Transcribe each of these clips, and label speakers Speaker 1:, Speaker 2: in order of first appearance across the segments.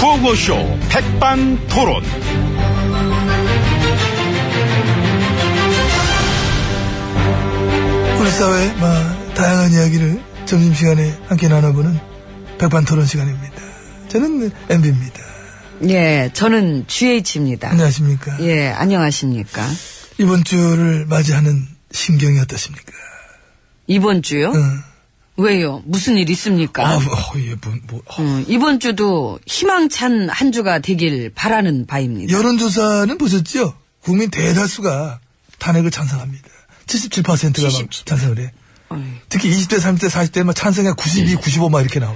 Speaker 1: 구호쇼 백반 토론.
Speaker 2: 우리 사회의 마, 다양한 이야기를 점심시간에 함께 나눠보는 백반 토론 시간입니다. 저는 MB입니다.
Speaker 3: 예, 저는 GH입니다.
Speaker 2: 안녕하십니까.
Speaker 3: 예, 안녕하십니까.
Speaker 2: 이번 주를 맞이하는 신경이 어떠십니까? 어.
Speaker 3: 이번 주요?
Speaker 2: 응.
Speaker 3: 왜요? 무슨 일 있습니까?
Speaker 2: 네. 아, 뭐, 어, 예, 뭐, 뭐, 어.
Speaker 3: 음, 이번 주도 희망찬 한 주가 되길 바라는 바입니다.
Speaker 2: 여론조사는 보셨죠? 국민 대다수가 탄핵을 찬성합니다. 77%가
Speaker 3: 77.
Speaker 2: 찬성을 해.
Speaker 3: 어이,
Speaker 2: 특히 20대, 30대, 40대 막 찬성이 92, 95막 이렇게 나와.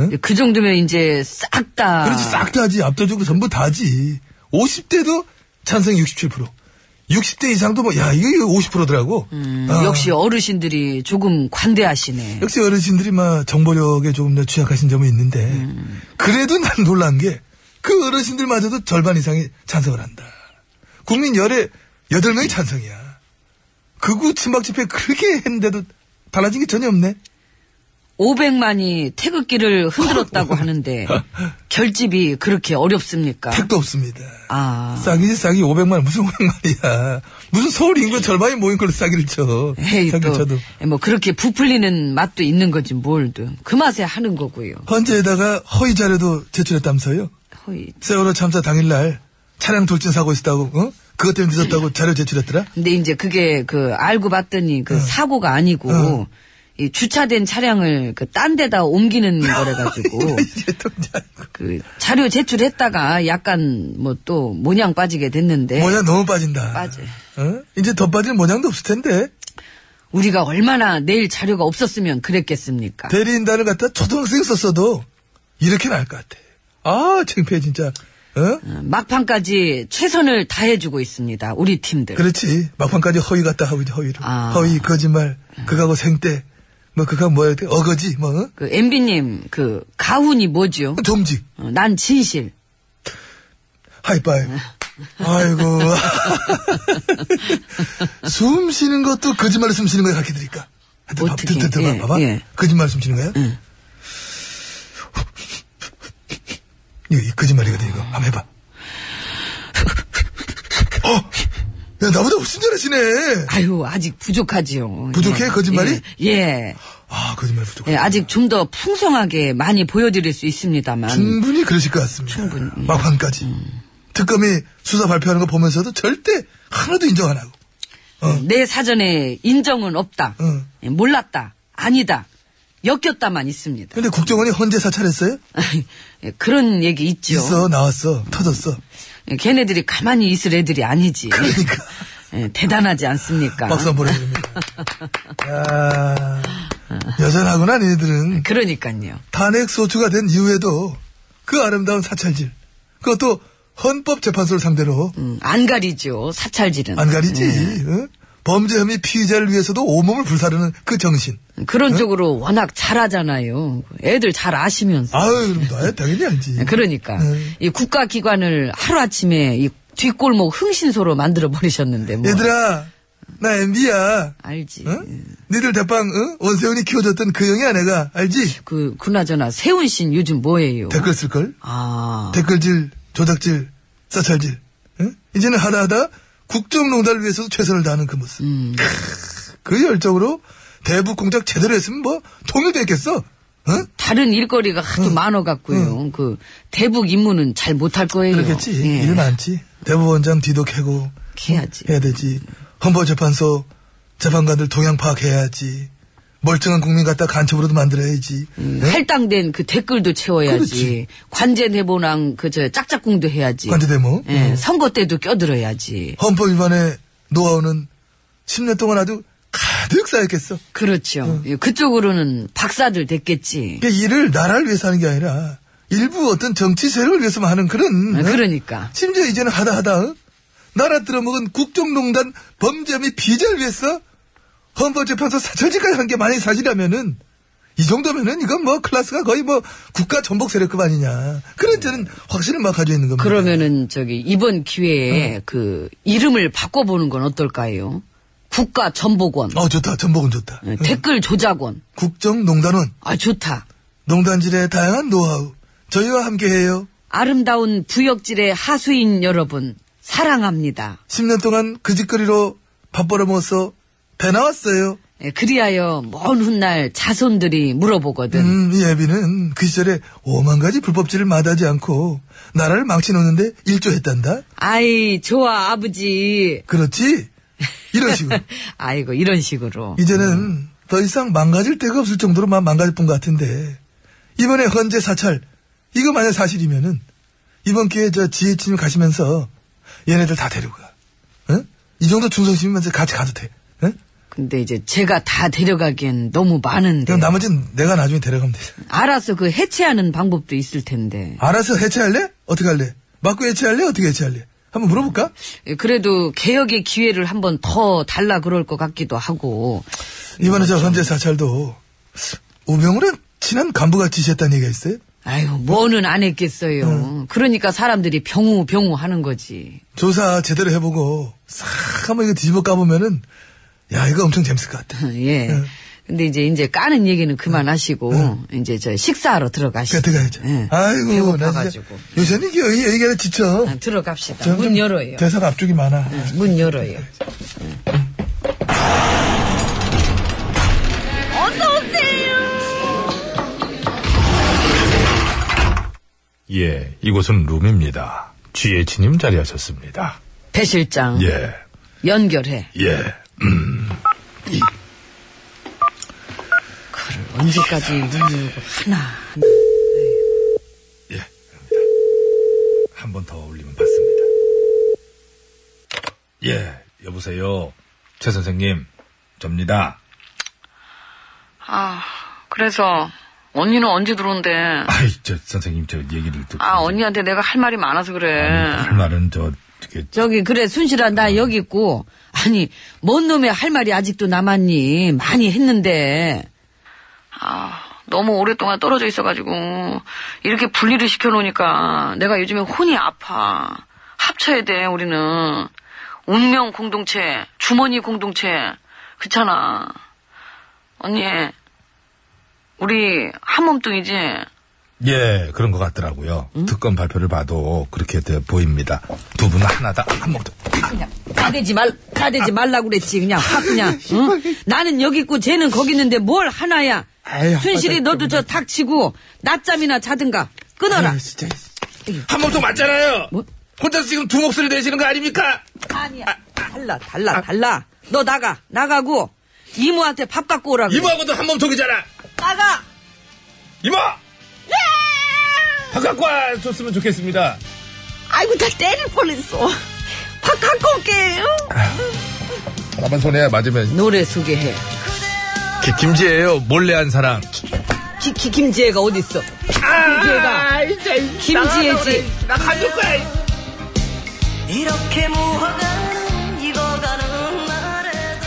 Speaker 2: 응?
Speaker 3: 그 정도면 이제 싹 다.
Speaker 2: 그렇지 싹 다지 압도적으로 전부 다지 50대도 찬성 67% 60대 이상도 뭐 야 이거, 이거 50%더라고 아,
Speaker 3: 음,
Speaker 2: 어.
Speaker 3: 역시 어르신들이 조금 관대하시네.
Speaker 2: 역시 어르신들이 막 정보력에 조금 더 취약하신 점은 있는데
Speaker 3: 음.
Speaker 2: 그래도 난 놀란 게 그 어르신들마저도 절반 이상이 찬성을 한다 국민 열에 8명이 찬성이야 극우 친박 집회 그렇게 했는데도 달라진 게 전혀 없네
Speaker 3: 500만이 태극기를 흔들었다고 하는데 결집이 그렇게 어렵습니까?
Speaker 2: 택도 없습니다
Speaker 3: 아,
Speaker 2: 싸기지 싸기 500만 원, 무슨 500만이야 무슨 서울 인구 절반이 모인 걸로 싸기를 쳐
Speaker 3: 에이
Speaker 2: 싸기를 쳐도
Speaker 3: 또 뭐 그렇게 부풀리는 맛도 있는 건지 뭘든 그 맛에 하는 거고요.
Speaker 2: 헌재에다가 허위 자료도 제출했다면서요
Speaker 3: 허이.
Speaker 2: 세월호 참사 당일날 차량 돌진 사고 있었다고 어? 그것 때문에 늦었다고 자료 제출했더라
Speaker 3: 근데 이제 그게 그 알고 봤더니 그 사고가 아니고
Speaker 2: 어.
Speaker 3: 이 주차된 차량을 그 딴 데다 옮기는 거래 가지고
Speaker 2: 이제 또 이제 아이고.
Speaker 3: 그 자료 제출했다가 약간 뭐 또 모냥 빠지게 됐는데
Speaker 2: 모양 너무 빠진다
Speaker 3: 네. 빠져.
Speaker 2: 어? 이제 더 빠질 모양도 없을 텐데
Speaker 3: 우리가 얼마나 내일 자료가 없었으면 그랬겠습니까?
Speaker 2: 대리인단을 갖다 초등학생 썼어도 이렇게 나을 것 같아 아 창피해 진짜 어?
Speaker 3: 어, 막판까지 최선을 다해주고 있습니다. 우리 팀들.
Speaker 2: 그렇지. 막판까지 허위 같다 하고 이제 허위로.
Speaker 3: 예. 아.
Speaker 2: 허위, 거짓말, 그거하고 생떼, 뭐 그거 뭐야, 돼? 어거지, 뭐, 어?
Speaker 3: 그 MB님 그 가훈이 뭐죠?
Speaker 2: 좀직,
Speaker 3: 어, 난 진실.
Speaker 2: 하이파이브. 아이고. 숨 쉬는 것도 거짓말로 숨 쉬는 거야, 가르쳐 드릴까?
Speaker 3: 어떻게,
Speaker 2: 듣,
Speaker 3: 예,
Speaker 2: 봐봐.
Speaker 3: 예.
Speaker 2: 거짓말로 숨 쉬는 거야? 이거, 이 거짓말이거든, 이거. 한번 해봐. 어! 야, 나보다 훨씬 잘하시네!
Speaker 3: 아유 아직 부족하지요.
Speaker 2: 부족해? 거짓말이?
Speaker 3: 예. 예.
Speaker 2: 아, 거짓말 부족.
Speaker 3: 예, 아직 좀 더 풍성하게 많이 보여드릴 수 있습니다만.
Speaker 2: 충분히 음. 그러실 것 같습니다. 막판까지. 특검이 수사 발표하는 거 보면서도 절대 하나도 인정 안 하고.
Speaker 3: 예,
Speaker 2: 어.
Speaker 3: 내 사전에 인정은 없다.
Speaker 2: 응.
Speaker 3: 예, 몰랐다. 아니다. 엮였다만 있습니다.
Speaker 2: 근데 국정원이 헌재 사찰했어요?
Speaker 3: 예, 그런 얘기 있죠.
Speaker 2: 있어, 나왔어, 터졌어.
Speaker 3: 예, 걔네들이 가만히 있을 애들이 아니지.
Speaker 2: 그러니까.
Speaker 3: 예, 대단하지 않습니까?
Speaker 2: 박수 한번 보내드립니다. 야 여전하구나, 니네들은.
Speaker 3: 그러니까요.
Speaker 2: 탄핵 소추가 된 이후에도 그 아름다운 사찰질. 그것도 헌법재판소를 상대로
Speaker 3: 음, 안 가리죠. 사찰질은.
Speaker 2: 안 가리지. 응? 범죄 혐의 피의자를 위해서도 온몸을 불사르는 그 정신.
Speaker 3: 예, 그런 쪽으로 워낙 잘하잖아요. 애들 잘 아시면서.
Speaker 2: 아유, 그럼 나야 당연히 알지.
Speaker 3: 예, 그러니까
Speaker 2: 네.
Speaker 3: 이 국가기관을 하루아침에 이 뒷골목 흥신소로 만들어 버리셨는데 뭐 예.
Speaker 2: 얘들아, 나 MB야.
Speaker 3: 알지
Speaker 2: 니들 대빵, 응? 원세훈이 키워줬던 그 형이 아내가, 알지?
Speaker 3: 그 그나저나 세훈 씨는 요즘 뭐예요?
Speaker 2: 댓글 쓸걸?
Speaker 3: 아
Speaker 2: 댓글질, 조작질, 사찰질. 응? 이제는 하다 하다 국정농단을 위해서도 최선을 다하는 그 모습.
Speaker 3: 음.
Speaker 2: 크으, 그 열정으로 대북 공작 제대로 했으면 뭐 통일됐겠어? 응?
Speaker 3: 다른 일거리가 하도 많아 갖고요. 그 대북 임무는 잘 못할 거예요.
Speaker 2: 그렇겠지.
Speaker 3: 예.
Speaker 2: 일 많지. 대법원장 뒤도 캐고
Speaker 3: 해야지.
Speaker 2: 해야 되지. 헌법재판소 재판관들 동향 파악해야지. 멀쩡한 국민 갖다 간첩으로도 만들어야지.
Speaker 3: 음.
Speaker 2: 응?
Speaker 3: 할당된 그 댓글도 채워야지.
Speaker 2: 네? 그렇지.
Speaker 3: 관제대보랑 그 저 짝짝꿍도 해야지.
Speaker 2: 관제대모.
Speaker 3: 예, 선거 때도 껴들어야지.
Speaker 2: 헌법 위반의 노하우는 10년 동안 아주 가득 쌓였겠어.
Speaker 3: 그렇죠. 예, 그쪽으로는 박사들 됐겠지.
Speaker 2: 그러니까 일을 나라를 위해서 하는 게 아니라 일부 어떤 정치 세력을 위해서만 하는 그런.
Speaker 3: 아,
Speaker 2: 어?
Speaker 3: 그러니까.
Speaker 2: 심지어 이제는 하다 하다 어? 나라 들어먹은 국정농단 범죄 및 비자를 위해서 헌법재판소 사천지까지 한 게 만약에 사실이라면은 이 정도면은 이건 뭐 클래스가 거의 뭐 국가 전복 세력급 아니냐 그런 저는 확신을 막 가지고 있는 겁니다.
Speaker 3: 그러면은 저기 이번 기회에 그 이름을 바꿔보는 건 어떨까요? 국가 전복원,
Speaker 2: 어 좋다 전복은 좋다.
Speaker 3: 예, 댓글 조작원.
Speaker 2: 국정농단원
Speaker 3: 아 좋다.
Speaker 2: 농단질의 다양한 노하우 저희와 함께해요.
Speaker 3: 아름다운 부역질의 하수인 여러분 사랑합니다.
Speaker 2: 10년 동안 그 짓거리로 밥 벌어먹어서 배 나왔어요.
Speaker 3: 예, 그리하여 먼 훗날 자손들이 물어보거든.
Speaker 2: 음, 이 애비는 그 시절에 오만 가지 불법질을 마다하지 않고 나라를 망치놓는데 일조했단다?
Speaker 3: 아이 좋아 아버지.
Speaker 2: 그렇지? 이런 식으로.
Speaker 3: 아이고 이런 식으로.
Speaker 2: 이제는 더 이상 망가질 데가 없을 정도로만 망가질 뿐 같은데, 이번에 헌재 사찰, 이거 만약 사실이면은, 이번 기회에 저 지혜치님 가시면서 얘네들 다 데려가. 응? 이 정도 충성심이면 같이 가도 돼. 응?
Speaker 3: 근데 이제 제가 다 데려가기엔 너무 많은데.
Speaker 2: 그럼 나머지는 내가 나중에 데려가면 되잖아.
Speaker 3: 알아서 그 해체하는 방법도 있을 텐데.
Speaker 2: 알아서 해체할래? 어떻게 할래? 맞고 해체할래? 어떻게 해체할래? 한번 물어볼까?
Speaker 3: 예, 그래도 개혁의 기회를 한번 더 달라 그럴 것 같기도 하고.
Speaker 2: 이번에 저 헌재 사찰도 우병우랑 친한 간부가 지시했다는 얘기가 있어요?
Speaker 3: 아유 뭐는 안 했겠어요.
Speaker 2: 음.
Speaker 3: 그러니까 사람들이 병우 병우 하는 거지.
Speaker 2: 조사 제대로 해보고 싹 한번 이거 뒤집어 까보면은 야 이거 엄청 재밌을 것 같아.
Speaker 3: 예.
Speaker 2: 응.
Speaker 3: 근데 이제 이제 까는 얘기는 그만하시고 이제 저 식사하러
Speaker 2: 네. 그래
Speaker 3: 들어가시죠.
Speaker 2: 들어가야죠.
Speaker 3: 예.
Speaker 2: 아이고 나 진짜
Speaker 3: 배고파가지고.
Speaker 2: 요새는 이게 여기 얘기하다 지쳐.
Speaker 3: 아, 들어갑시다.
Speaker 2: 점점
Speaker 3: 문 열어요. 네.
Speaker 2: 대사가 앞쪽이 많아.
Speaker 3: 문 열어요.
Speaker 4: 예, 이곳은 룸입니다. GH님 자리하셨습니다.
Speaker 3: 배 실장
Speaker 4: 예,
Speaker 3: 연결해.
Speaker 4: 예.
Speaker 3: 그걸 언제까지 문 열고 하나.
Speaker 4: 한 번 더 올리면 받습니다. 예, 여보세요. 최 선생님, 접니다.
Speaker 3: 아 그래서 언니는 언제 들어온대? 아,
Speaker 4: 아이, 저 선생님, 저 얘기를 듣고.
Speaker 3: 언니한테 내가 할 말이 많아서 그래.
Speaker 4: 할 말은 저, 이게
Speaker 3: 저기 그래 순실아 나 여기 있고 아니 뭔 놈의 할 말이 아직도 남았니 많이 했는데 아 너무 오랫동안 떨어져 있어가지고 이렇게 분리를 시켜놓으니까 내가 요즘에 혼이 아파 합쳐야 돼 우리는 운명 공동체 주머니 공동체 그렇잖아 언니 우리 한 몸뚱이지
Speaker 4: 예, 그런 것 같더라고요. 특검 발표를 봐도 그렇게 돼 보입니다. 두 분은 하나다, 한 몸도.
Speaker 3: 그냥 가대지 말 가대지 말라고 그랬지 그냥 확 그냥 응? 나는 여기 있고 쟤는 거기 있는데 뭘 하나야
Speaker 2: 아유,
Speaker 3: 순실이
Speaker 2: 아빠,
Speaker 3: 너도 저 닥치고 낮잠이나 자든가 끊어라
Speaker 2: 아, 진짜.
Speaker 4: 한 몸도 맞잖아요!
Speaker 3: 뭐?
Speaker 4: 혼자서 지금 두 목소리 내시는 거 아닙니까?
Speaker 3: 아니야 달라 달라 달라 너 나가 나가고 이모한테 밥 갖고 오라고
Speaker 4: 이모하고도 한 몸통이잖아!
Speaker 3: 나가
Speaker 4: 이모! 예! 바깥과 줬으면 좋겠습니다.
Speaker 3: 아이고 나 때릴 뻔했어 밥 갖고 올게요
Speaker 2: 아.
Speaker 4: 나만 손에 맞으면.
Speaker 3: 노래 소개해
Speaker 4: 기, 김지혜예요 몰래 한 사랑.
Speaker 3: 기, 기, 김지혜가 어딨어
Speaker 2: 아,
Speaker 3: 김지혜가 김지혜지
Speaker 5: 이렇게 무화과는 익어가는 날에도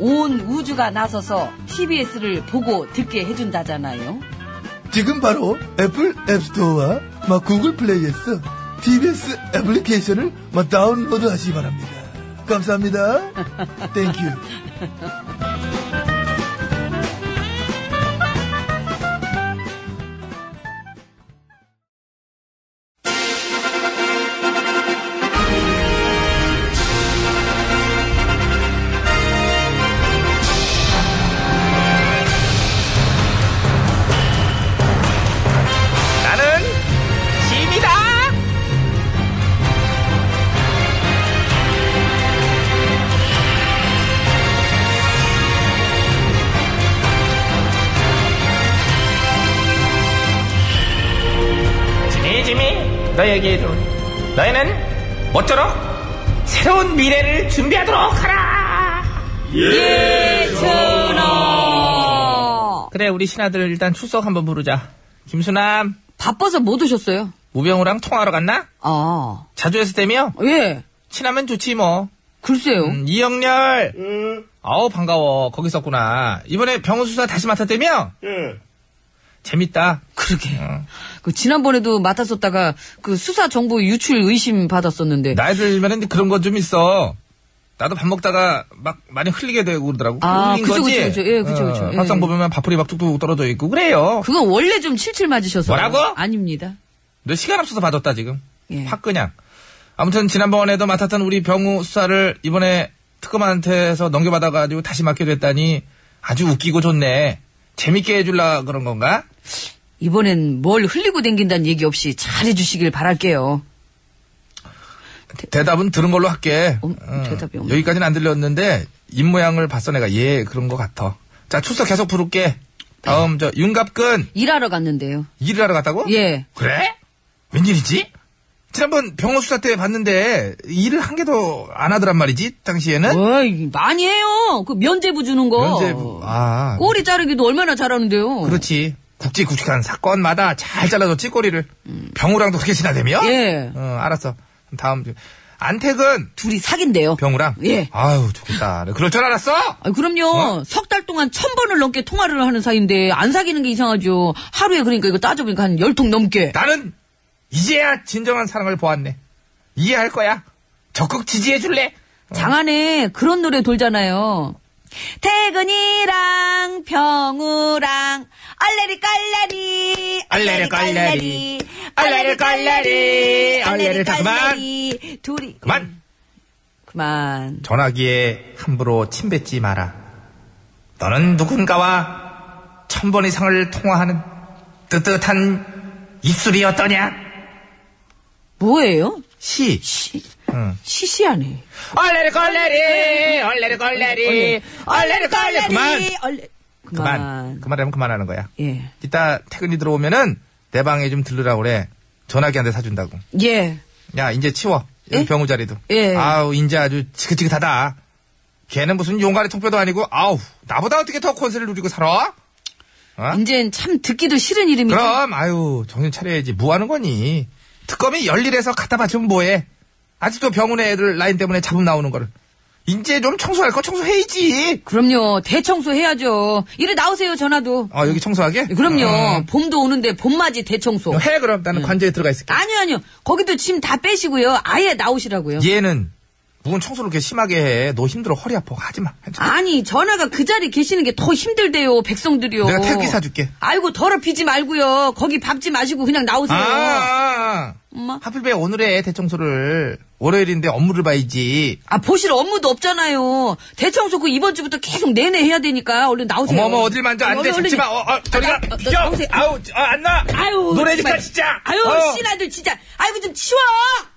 Speaker 3: 온 우주가 나서서 TBS를 보고 듣게 해준다잖아요.
Speaker 2: 지금 바로 애플 앱스토어와 막 구글 플레이에서 TBS 애플리케이션을 막 다운로드 하시기 바랍니다. 감사합니다. 땡큐.
Speaker 6: 너에게도 너희는 모쪼록 새로운 미래를 준비하도록 하라.
Speaker 3: 예천아
Speaker 6: 그래 우리 신하들 일단 출석 한번 부르자. 김수남
Speaker 3: 바빠서 못 오셨어요.
Speaker 6: 우병우랑 통화하러 갔나?
Speaker 3: 아,
Speaker 6: 자주 했을 때며
Speaker 3: 예.
Speaker 6: 친하면 좋지 뭐.
Speaker 3: 글쎄요.
Speaker 6: 음, 이영렬.
Speaker 3: 음.
Speaker 6: 아우 반가워 거기 있었구나. 이번에 병원 수사 다시 맡았다며? 예. 재밌다.
Speaker 3: 그러게.
Speaker 4: 어.
Speaker 3: 그 지난번에도 맡았었다가 그 수사 정보 유출 의심 받았었는데.
Speaker 4: 나이 들면 이제 그런 건 좀 있어. 나도 밥 먹다가 막 많이 흘리게 되고 그러더라고.
Speaker 3: 아,
Speaker 4: 흘린
Speaker 3: 그죠,
Speaker 4: 거지?
Speaker 3: 그죠, 그죠. 예, 그죠,
Speaker 4: 어,
Speaker 3: 그죠. 예.
Speaker 4: 막상 보면 밥풀이 막 뚝뚝 떨어져 있고 그래요.
Speaker 3: 그건 원래 좀 칠칠 맞으셔서.
Speaker 4: 뭐라고?
Speaker 3: 아닙니다.
Speaker 4: 너 시간 없어서 받았다 지금.
Speaker 3: 예.
Speaker 4: 확 그냥. 아무튼 지난번에도 맡았던 우리 병우 수사를 이번에 특검한테서 넘겨받아가지고 다시 맡게 됐다니 아주 웃기고 좋네. 재밌게 해줄라 그런 건가?
Speaker 3: 이번엔 뭘 흘리고 댕긴다는 얘기 없이 잘해주시길 바랄게요.
Speaker 4: 대답은 들은 걸로 할게. 어,
Speaker 3: 음, 대답이 없네.
Speaker 4: 여기까지는 안 들렸는데 입 모양을 봤어 내가 예 그런 것 같아. 자 출석 계속 부를게. 다음 저 윤갑근
Speaker 3: 일하러 갔는데요.
Speaker 4: 일을 하러 갔다고?
Speaker 3: 예.
Speaker 4: 그래? 웬일이지? 지난번 병원 수사 때 봤는데 일을 한 개도 안 하더란 말이지
Speaker 3: 뭐,
Speaker 4: 당시에는.
Speaker 3: 어이, 많이 해요. 그 면제부 주는 거.
Speaker 4: 네? 면제부, 아.
Speaker 3: 어. 꼬리 자르기도 얼마나 잘하는데요.
Speaker 4: 그렇지. 굵직굵직한 사건마다 잘 잘라줬지 꼬리를. 병우랑도 그렇게 지나대며?
Speaker 3: 음. 예.
Speaker 4: 어, 알았어. 그럼 다음 주- 안택은
Speaker 3: 둘이 사귄대요.
Speaker 4: 병우랑.
Speaker 3: 예.
Speaker 4: 아유 좋겠다. 그럴 줄 알았어.
Speaker 3: 아, 그럼요. 석 달 동안 천 번을 넘게 통화를 하는 사이인데 안 사귀는 게 이상하죠. 하루에 그러니까 이거 따져보니까 한 열 통 넘게.
Speaker 4: 나는 이제야 진정한 사랑을 보았네. 이해할 거야. 적극 지지해 줄래? 어,
Speaker 3: 장안에 그런 노래 돌잖아요. 태근이랑 병우랑 얼레리 깔레리
Speaker 4: 얼레리 깔레리, 얼레리 깔레리, 얼레리 다 그만.
Speaker 3: 깔레리. 둘이
Speaker 4: 그만.
Speaker 3: 그만
Speaker 4: 전화기에 함부로 침 뱉지 마라. 너는 누군가와 천 번 이상을 통화하는 뜨뜻한 입술이 어떠냐?
Speaker 3: 뭐예요?
Speaker 4: 시.
Speaker 3: 시 시시하네
Speaker 4: 얼레리 걸레리, 얼레리 걸레리, 얼레리 걸레리. 그만.
Speaker 3: 얼레
Speaker 4: 그만.
Speaker 3: 그만
Speaker 4: 그만하면 그만하는 거야.
Speaker 3: 예예
Speaker 4: 이따 퇴근이 들어오면은 내 방에 좀 들르라 그래. 전화기 한 대 사준다고. 야, 이제 치워. 여기
Speaker 3: 예?
Speaker 4: 병우 자리도.
Speaker 3: 예.
Speaker 4: 아우, 이제 아주 지긋지긋하다. 걔는 무슨 용가리 통뼈도 아니고, 아우, 나보다 어떻게 더 권세를 누리고 살아? 어?
Speaker 3: 이젠 참 듣기도 싫은 이름이죠
Speaker 4: 그럼, 아유, 정신 차려야지. 뭐 하는 거니? 특검이 열일해서 갖다 바치면 뭐해? 아직도 병원에 애들 라인 때문에 잡음 나오는 거를. 이제 좀 청소할 거 청소해야지.
Speaker 3: 그럼요 대청소 해야죠 이리 나오세요 전화도
Speaker 4: 어, 여기 청소하게?
Speaker 3: 네, 그럼요
Speaker 4: 어,
Speaker 3: 봄도 오는데 봄맞이 대청소
Speaker 4: 어. 해, 그럼. 나는 관저에 들어가 있을게.
Speaker 3: 아니요, 아니요. 거기도 짐 다 빼시고요. 아예 나오시라고요.
Speaker 4: 얘는, 무슨 청소를 그렇게 심하게 해. 너 힘들어. 허리 아파. 하지 마. 괜찮아.
Speaker 3: 아니, 전화가 그 자리에 계시는 게 더 힘들대요, 아, 백성들이요.
Speaker 4: 내가 택기 사줄게.
Speaker 3: 아이고, 더럽히지 말고요. 거기 밟지 마시고 그냥 나오세요.
Speaker 4: 아,
Speaker 3: 네. 엄마.
Speaker 4: 하필 왜 오늘의 대청소를 월요일인데 업무를 봐야지.
Speaker 3: 아, 보실 업무도 없잖아요. 대청소 그 이번 주부터 계속 내내 해야 되니까 얼른 나오세요.
Speaker 4: 어머 어머 어딜 만져
Speaker 3: 어머,
Speaker 4: 안돼
Speaker 3: 얼른,
Speaker 4: 잡지 마. 어, 어
Speaker 3: 아,
Speaker 4: 저리가.
Speaker 3: 나- 어, 나-
Speaker 4: 야,
Speaker 3: 나오세요.
Speaker 4: 아우 아, 안 나.
Speaker 3: 아유.
Speaker 4: 노래니까
Speaker 3: 정말.
Speaker 4: 진짜.
Speaker 3: 아유,
Speaker 4: 어.
Speaker 3: 씨나들 진짜. 아이고, 좀 치워!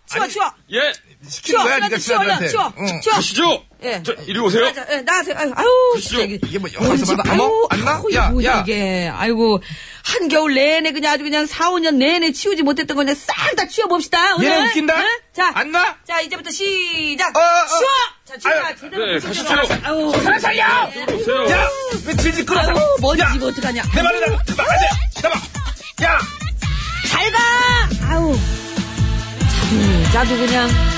Speaker 3: 치워, 치워!
Speaker 1: 예,
Speaker 4: 시키는 거야
Speaker 3: 씨나들
Speaker 4: 니가
Speaker 3: 치워, 얼른
Speaker 4: 친구한테.
Speaker 3: 치워! 치워!
Speaker 1: 아시죠?
Speaker 3: 예.
Speaker 1: 저, 이리 오세요.
Speaker 3: 맞아, 예, 나가세요. 아유, 아유 진짜 이게,
Speaker 4: 이게 뭐 영화에서
Speaker 3: 뭔지,
Speaker 4: 봐도 안 먹- 안 나?
Speaker 3: 아유, 이게
Speaker 4: 야,
Speaker 3: 뭐야,
Speaker 4: 야.
Speaker 3: 이게. 아이고, 한겨울 내내 그냥 아주 그냥 4, 5년 내내 치우지 못했던 거 그냥 싹 다 치워봅시다. 오늘.
Speaker 4: 얘네 웃긴다?
Speaker 3: 응? 자.
Speaker 4: 안 나?
Speaker 3: 자, 이제부터 시작.
Speaker 4: 어, 어.
Speaker 3: 치워! 자, 치워.
Speaker 4: 아유,
Speaker 3: 제대로.
Speaker 1: 네,
Speaker 3: 치워.
Speaker 1: 같이 치워.
Speaker 3: 아유.
Speaker 4: 하나 살려.
Speaker 1: 오세요.
Speaker 4: 야, 왜 질질 끌어?
Speaker 3: 아유, 뭔지
Speaker 4: 야,
Speaker 3: 이거 어떡하냐.
Speaker 4: 내 말이다. 막아야 돼. 잡아. 야,
Speaker 3: 잘 가! 아우. 자도, 자도 그냥.